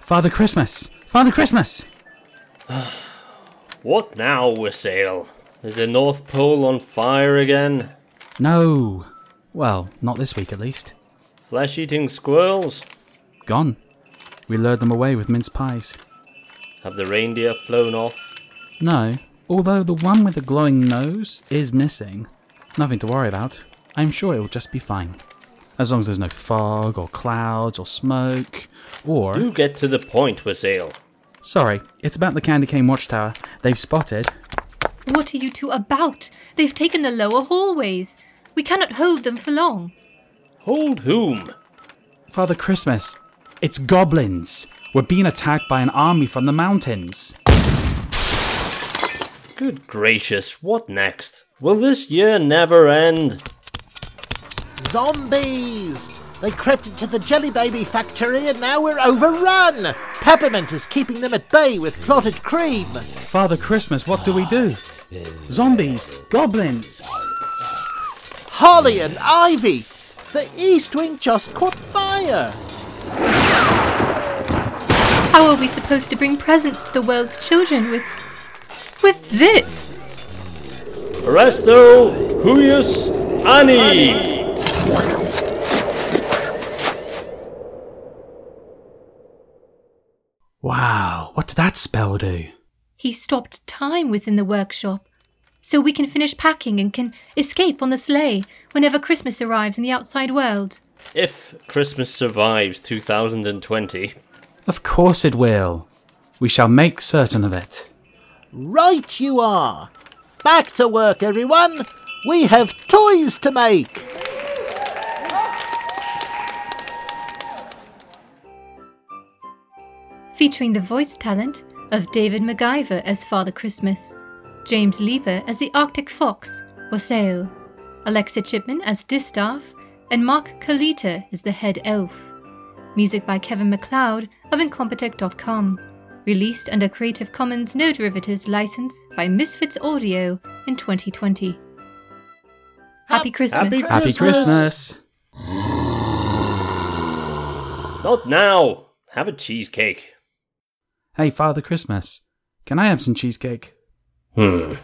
Father Christmas! Father Christmas! What now, Wassail? Is the North Pole on fire again? No! Well, not this week at least. Flesh eating squirrels? Gone. We lured them away with mince pies. Have the reindeer flown off? No, although the one with the glowing nose is missing. Nothing to worry about. I'm sure it will just be fine. As long as there's no fog or clouds or smoke or. Do get to the point, Wassail. Sorry, it's about the Candy Cane Watchtower. They've spotted. What are you two about? They've taken the lower hallways. We cannot hold them for long. Hold whom? Father Christmas, it's goblins. We're being attacked by an army from the mountains. Good gracious, what next? Will this year never end? Zombies! They crept into the Jelly Baby factory and now we're overrun! Peppermint is keeping them at bay with clotted cream! Father Christmas, what do we do? Zombies, goblins. Holly and Ivy! The East Wing just caught fire! How are we supposed to bring presents to the world's children with. with this? Resto huius anni! Wow, what did that spell do? He stopped time within the workshop, so we can finish packing and can escape on the sleigh whenever Christmas arrives in the outside world. If Christmas survives 2020, Of course it will. We shall make certain of it. Right you are! Back to work, everyone! We have toys to make! featuring the voice talent of David MacGyver as Father Christmas, James Lieber as the Arctic Fox, Wassail, Alexa Chipman as Distaff, and Mark Kalita as the head elf. Music by Kevin MacLeod of Incompetech.com. Released under Creative Commons No Derivatives license by Misfits Audio in 2020. Happy Christmas! Happy Christmas! not now. Have a cheesecake. Hey, Father Christmas, can I have some cheesecake? Hmm.